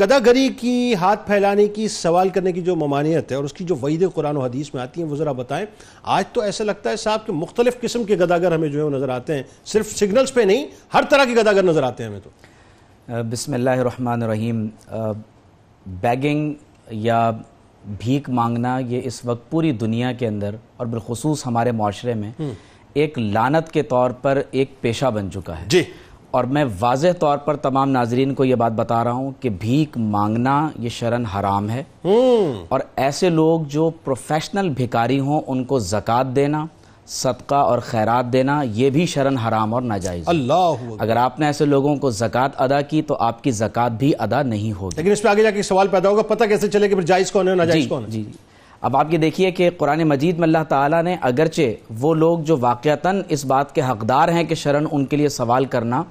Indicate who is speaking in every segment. Speaker 1: گدا گری کی ہاتھ پھیلانے کی سوال کرنے کی جو ممانعت ہے اور اس کی جو وعید قرآن و حدیث میں آتی ہیں وہ ذرا بتائیں آج تو ایسا لگتا ہے صاحب کہ مختلف قسم کے گداگر ہمیں جو ہے وہ نظر آتے ہیں صرف سگنلز پہ نہیں ہر طرح کے گداگر نظر آتے ہیں ہمیں تو
Speaker 2: بسم اللہ الرحمن الرحیم بیگنگ یا بھیک مانگنا یہ اس وقت پوری دنیا کے اندر اور بالخصوص ہمارے معاشرے میں ایک لانت کے طور پر ایک پیشہ بن چکا ہے
Speaker 1: جی
Speaker 2: اور میں واضح طور پر تمام ناظرین کو یہ بات بتا رہا ہوں کہ بھیک مانگنا یہ شرن حرام ہے اور ایسے لوگ جو پروفیشنل بھکاری ہوں ان کو زکوٰۃ دینا صدقہ اور خیرات دینا یہ بھی شرن حرام اور ناجائز ہے
Speaker 1: اللہ
Speaker 2: اگر آپ نے ایسے لوگوں کو زکوٰۃ ادا کی تو آپ کی زکوٰۃ بھی ادا نہیں ہوگی
Speaker 1: لیکن اس پہ آگے جا کے سوال پیدا ہوگا پتہ کیسے چلے کہ پھر جائز کون ہے ناجائز
Speaker 2: جی
Speaker 1: کون ہے
Speaker 2: جی اب آپ یہ دیکھیے کہ قرآن مجید میں اللہ تعالیٰ نے اگرچہ وہ لوگ جو واقعتاً اس بات کے حقدار ہیں کہ شرن ان کے لیے سوال کرنا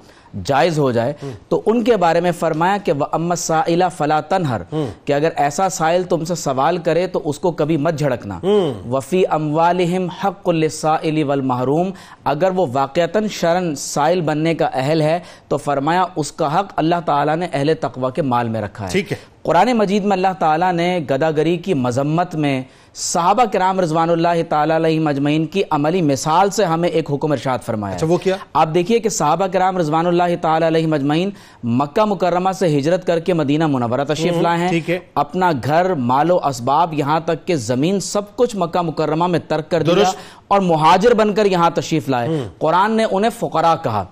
Speaker 2: جائز ہو جائے تو ان کے بارے میں فرمایا کہ امت سائلہ فلا تنہر کہ اگر ایسا سائل تم سے سوال کرے تو اس کو کبھی مت جھڑکنا وفی اموالہم حق للسائل والمحروم اگر وہ واقعتاً شرن سائل بننے کا اہل ہے تو فرمایا اس کا حق اللہ تعالیٰ نے اہل تقوی کے مال میں رکھا ہے
Speaker 1: ٹھیک ہے
Speaker 2: قرآن مجید میں اللہ تعالیٰ نے گداگری کی مذمت میں صحابہ کرام رضوان اللہ تعالیٰ علیہ مجمعین کی عملی مثال سے ہمیں ایک حکم ارشاد فرمایا
Speaker 1: اچھا وہ کیا
Speaker 2: آپ دیکھیے کہ صحابہ کرام رضوان اللہ تعالیٰ علیہ مجمعین مکہ مکرمہ سے ہجرت کر کے مدینہ منورہ تشریف لائے ہیں اپنا گھر مال و اسباب یہاں تک کہ زمین سب کچھ مکہ مکرمہ میں ترک کر دیا اور مہاجر بن کر یہاں تشریف لائے قرآن نے انہیں فقراء کہا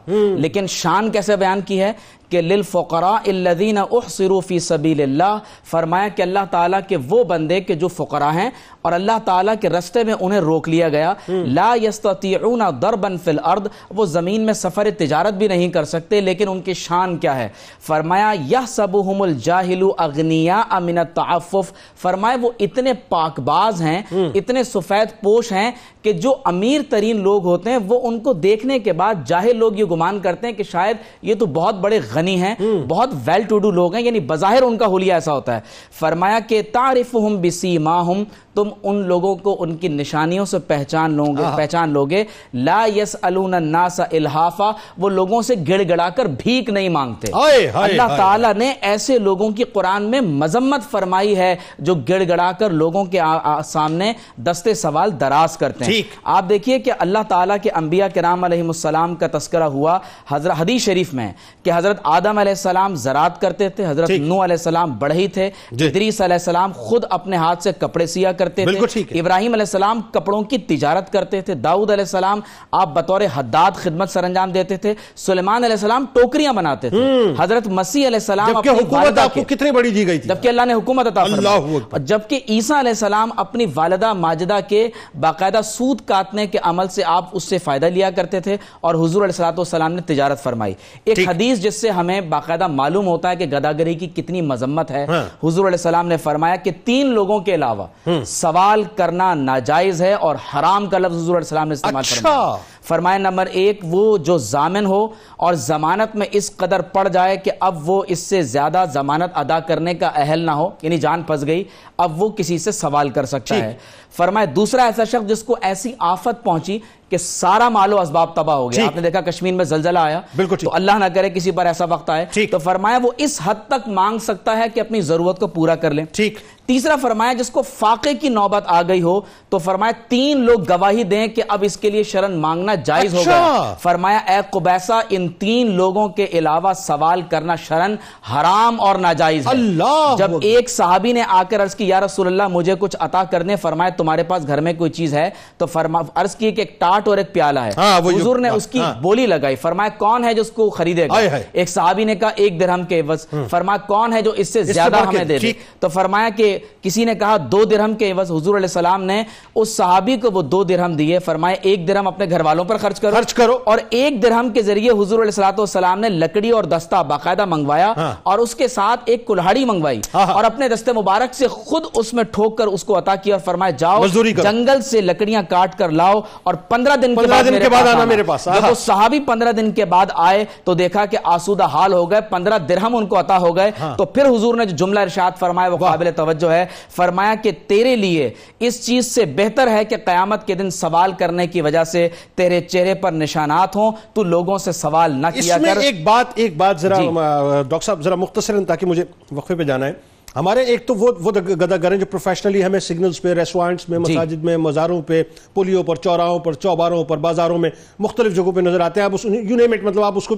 Speaker 2: لیکن شان کیسے بیان کی ہے کہ للفقراء الذین احصروا فی سبیل اللہ فرمایا کہ اللہ تعالیٰ کے وہ بندے کہ جو فقراء ہیں اور اللہ تعالیٰ کے رستے میں انہیں روک لیا گیا لا یستطیعون ضربا فی الارض وہ زمین میں سفر تجارت بھی نہیں کر سکتے لیکن ان کی شان کیا ہے فرمایا یحسبہم الجاہل اغنیاء من التعفف فرمایا وہ اتنے پاک باز ہیں اتنے سفید پوش ہیں کہ جو امیر ترین لوگ ہوتے ہیں وہ ان کو دیکھنے کے بعد جاہل لوگ یہ گمان کرتے ہیں کہ شاید یہ تو بہت بڑے غنی ہیں بہت ویل ٹو ڈو لوگ ہیں یعنی بظاہر ان کا حلیہ ایسا ہوتا ہے فرمایا کہ تعرفہم بسیماہم تم ان لوگوں کو ان کی نشانیوں سے پہچان لو گے پہچان لوگے لا یسألون الناس الحافا وہ لوگوں سے گڑ گڑا کر بھیک نہیں مانگتے
Speaker 1: ہائے ہائے
Speaker 2: اللہ تعالیٰ نے ایسے لوگوں کی قرآن میں مذمت فرمائی ہے جو گڑ گڑا کر لوگوں کے سامنے دستے سوال دراز کرتے ہیں آپ دیکھیے کہ اللہ تعالیٰ کے انبیاء کرام علیہ السلام کا تذکرہ ہوا حضرت حدیث شریف میں کہ حضرت آدم علیہ السلام زراعت کرتے تھے حضرت نو علیہ السلام بڑھئی تھے ادریس علیہ السلام خود اپنے ہاتھ سے کپڑے سیا کرتے تھے ابراہیم علیہ السلام کپڑوں کی تجارت کرتے تھے داؤد علیہ السلام آپ بطور حداد خدمت سر انجام دیتے تھے سلیمان علیہ السلام ٹوکریاں بناتے تھے حضرت مسیح علیہ السلام
Speaker 1: جبکہ
Speaker 2: اپنی
Speaker 1: حکومت
Speaker 2: والدہ
Speaker 1: آپ کو
Speaker 2: کے
Speaker 1: کتنی بڑی دی گئی تھی
Speaker 2: جبکہ اللہ نے حکومت عطا
Speaker 1: اللہ
Speaker 2: فرمائی
Speaker 1: اکبر۔
Speaker 2: اور جبکہ عیسیٰ علیہ السلام اپنی والدہ ماجدہ کے باقاعدہ سود کاٹنے کے عمل سے آپ اس سے فائدہ لیا کرتے تھے اور حضور علیہ السلام والسلام نے تجارت فرمائی ایک حدیث جس سے ہمیں باقاعدہ معلوم ہوتا ہے کہ گداگری کی کتنی مذمت ہے
Speaker 1: ہاں۔
Speaker 2: حضور علیہ السلام نے فرمایا کہ تین لوگوں کے علاوہ سوال کرنا ناجائز ہے اور حرام کا لفظ حضور علیہ السلام نے استعمال
Speaker 1: اچھا۔
Speaker 2: فرمایا فرمایا نمبر ایک وہ جو ضامن ہو اور ضمانت میں اس قدر پڑ جائے کہ اب وہ اس سے زیادہ ضمانت ادا کرنے کا اہل نہ ہو یعنی جان پھنس گئی اب وہ کسی سے سوال کر سکتا ہے فرمایا دوسرا ایسا شخص جس کو ایسی آفت پہنچی کہ سارا مال و اسباب تباہ ہو گیا آپ نے دیکھا کشمیر میں زلزلہ آیا تو اللہ نہ کرے کسی پر ایسا وقت آئے تو فرمایا وہ اس حد تک مانگ سکتا ہے کہ اپنی ضرورت کو پورا کر لیں
Speaker 1: ٹھیک
Speaker 2: تیسرا فرمایا جس کو فاقے کی نوبت آ گئی ہو تو فرمایا تین لوگ گواہی دیں کہ اب اس کے لیے شرن مانگنا جائز ہوگا فرمایا اے قبیسہ ان تین لوگوں کے علاوہ سوال کرنا شرن حرام اور ناجائز ہے
Speaker 1: اللہ
Speaker 2: جب ایک صحابی نے آ کر عرض کی یا رسول اللہ مجھے کچھ عطا کرنے فرمایا تمہارے پاس گھر میں کوئی چیز ہے تو فرما عرض کی کہ ایک ٹاٹ اور ایک پیالہ ہے حضور نے اس کی بولی لگائی فرمایا کون ہے جو اس کو خریدے گا ایک صحابی نے کہا ایک درہم کے عوض فرمایا کون ہے جو اس سے زیادہ ہمیں دے دے تو فرمایا کہ کسی نے کہا دو درہم کے عوض حضور علیہ السلام نے اس صحابی کو وہ دو درہم دیے فرمایا ایک درہم اپنے گھر والوں پر خرچ کرو
Speaker 1: خرچ کرو
Speaker 2: اور ایک درہم کے ذریعے حضور علیہ السلام والسلام نے لکڑی اور دستہ باقاعدہ منگوایا
Speaker 1: ہاں۔
Speaker 2: اور اس کے ساتھ ایک کلہاڑی منگوائی اور اپنے دستے مبارک سے خود اس میں ٹھوک کر اس کو عطا کیا اور فرمایا جا لاؤ
Speaker 1: مزدوری کرو۔
Speaker 2: جنگل سے لکڑیاں کاٹ کر لاؤ اور پندرہ دن
Speaker 1: پندرہ دن کے بعد آنا میرے پاس، ہاں،
Speaker 2: جب
Speaker 1: آہا۔
Speaker 2: وہ صحابی پندرہ دن کے بعد آئے تو دیکھا کہ آسودہ حال ہو گئے پندرہ درہم ان کو عطا ہو گئے
Speaker 1: ہاں۔
Speaker 2: تو پھر حضور نے جو جملہ ارشاد فرمایا وہ قابل توجہ ہے فرمایا کہ تیرے لیے اس چیز سے بہتر ہے کہ قیامت کے دن سوال کرنے کی وجہ سے تیرے چہرے پر نشانات ہوں تو لوگوں سے سوال نہ
Speaker 1: اس
Speaker 2: کیا
Speaker 1: میں
Speaker 2: کر
Speaker 1: ایک بات ایک بات ذرا ڈاکٹر صاحب ذرا مختصراً تاکہ مجھے وقفے پہ جانا ہے ہمارے ایک تو وہ وہ گدا گر ہیں جو پروفیشنلی ہمیں سگنلز پہ ریسٹورانٹس میں مساجد میں مزاروں پہ پولیوں پر چوراہوں پر چوباروں پر بازاروں میں مختلف جگہوں پہ نظر آتے ہیں آپ اس یو نیم اٹ مطلب آپ اس کو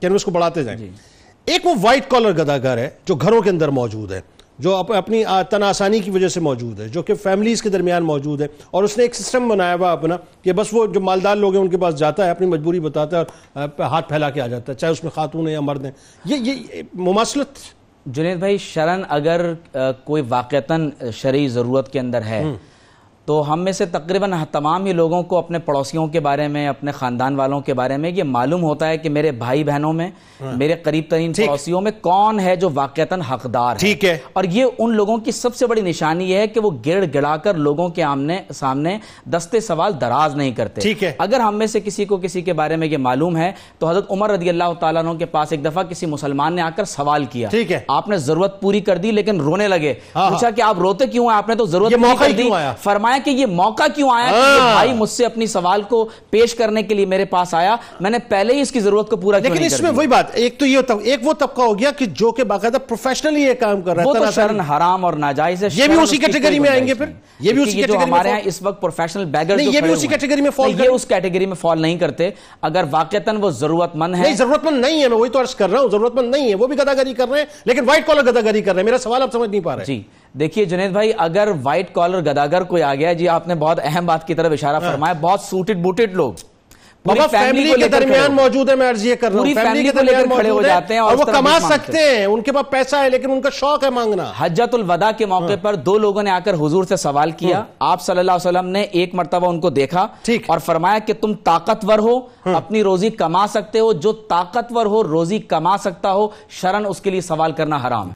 Speaker 1: کینوس کو بڑھاتے جائیں ایک وہ وائٹ کالر گدا گر ہے جو گھروں کے اندر موجود ہے جو اپ- اپنی آ، تن آسانی کی وجہ سے موجود ہے جو کہ فیملیز کے درمیان موجود ہے اور اس نے ایک سسٹم بنایا ہوا اپنا کہ بس وہ جو مالدار لوگ ہیں ان کے پاس جاتا ہے اپنی مجبوری بتاتا ہے اور آ، ہاتھ پھیلا کے آ جاتا ہے چاہے اس میں خاتون ہیں یا مرد ہیں یہ یہ مماثلت
Speaker 2: جنید بھائی شرن اگر آ، کوئی واقعتاً شرعی ضرورت کے اندر ہے تو ہم میں سے تقریباً تمام ہی لوگوں کو اپنے پڑوسیوں کے بارے میں اپنے خاندان والوں کے بارے میں یہ معلوم ہوتا ہے کہ میرے بھائی بہنوں میں میرے قریب ترین پڑوسیوں میں کون ہے جو واقعتاً حقدار ہے
Speaker 1: ٹھیک ہے
Speaker 2: اور یہ ان لوگوں کی سب سے بڑی نشانی یہ ہے کہ وہ گڑ گڑا کر لوگوں کے آمنے سامنے دستے سوال دراز نہیں
Speaker 1: ٹھیک
Speaker 2: کرتے
Speaker 1: ہے۔
Speaker 2: اگر ہم میں سے کسی کو کسی کے بارے میں یہ معلوم ہے تو حضرت عمر رضی اللہ تعالیٰ عنہ کے پاس ایک دفعہ کسی مسلمان نے آ کر سوال کیا
Speaker 1: ٹھیک ہے ہاں۔
Speaker 2: آپ نے ضرورت پوری کر دی لیکن رونے لگے پوچھا کہ آپ روتے کیوں ہیں آپ نے تو ضرورت پوری کر دی فرمایا کہ یہ موقع کیوں آیا کہ
Speaker 1: ہاں۔
Speaker 2: بھائی مجھ سے اپنی سوال کو پیش کرنے کے لیے میرے پاس آیا میں نے پہلے ہی اس کی ضرورت کو پورا کیوں
Speaker 1: لیکن
Speaker 2: نہیں
Speaker 1: اس
Speaker 2: کر
Speaker 1: میں وہی بات ایک تو یہ طب- ایک وہ طبقہ ہو گیا کہ جو کہ باقاعدہ پروفیشنلی یہ کام کر رہا ہے
Speaker 2: وہ
Speaker 1: تن
Speaker 2: تو
Speaker 1: آسانی-
Speaker 2: شرن حرام اور ناجائز ہے جو ہمارے ہیں اس وقت پروفیشنل بیگرز یہ اس کیٹیگری میں فال نہیں کرتے اگر واقعتاً وہ ضرورت مند ہے
Speaker 1: نہیں ضرورت مند نہیں ہے میں وہی تو عرض کر رہا ہوں ضرورت مند نہیں ہے وہ بھی گدا گری کر رہے ہیں لیکن وائٹ کالر گدا گری کر رہے ہیں میرا سوال آپ سمجھ نہیں پا رہے
Speaker 2: جی دیکھیے جنید بھائی اگر وائٹ کالر گداگر کوئی آ گیا جی آپ نے بہت اہم بات کی طرف اشارہ فرمایا بہت سوٹڈ بوٹڈ لوگ
Speaker 1: بابا فیملی ہاں۔ کے درمیان موجود ہے میں عرض یہ کر رہا ہوں فیملی کے درمیان موجود ہے اور وہ کما سکتے ہیں ان کے پاس پیسہ ہے لیکن ان کا شوق ہے مانگنا
Speaker 2: حجت الوداع کے موقع پر دو لوگوں نے آ کر حضور سے سوال کیا آپ صلی اللہ علیہ وسلم نے ایک مرتبہ ان کو دیکھا اور فرمایا کہ تم طاقتور ہو اپنی روزی کما سکتے ہو جو طاقتور ہو روزی کما سکتا ہو شرن اس کے لیے سوال کرنا حرام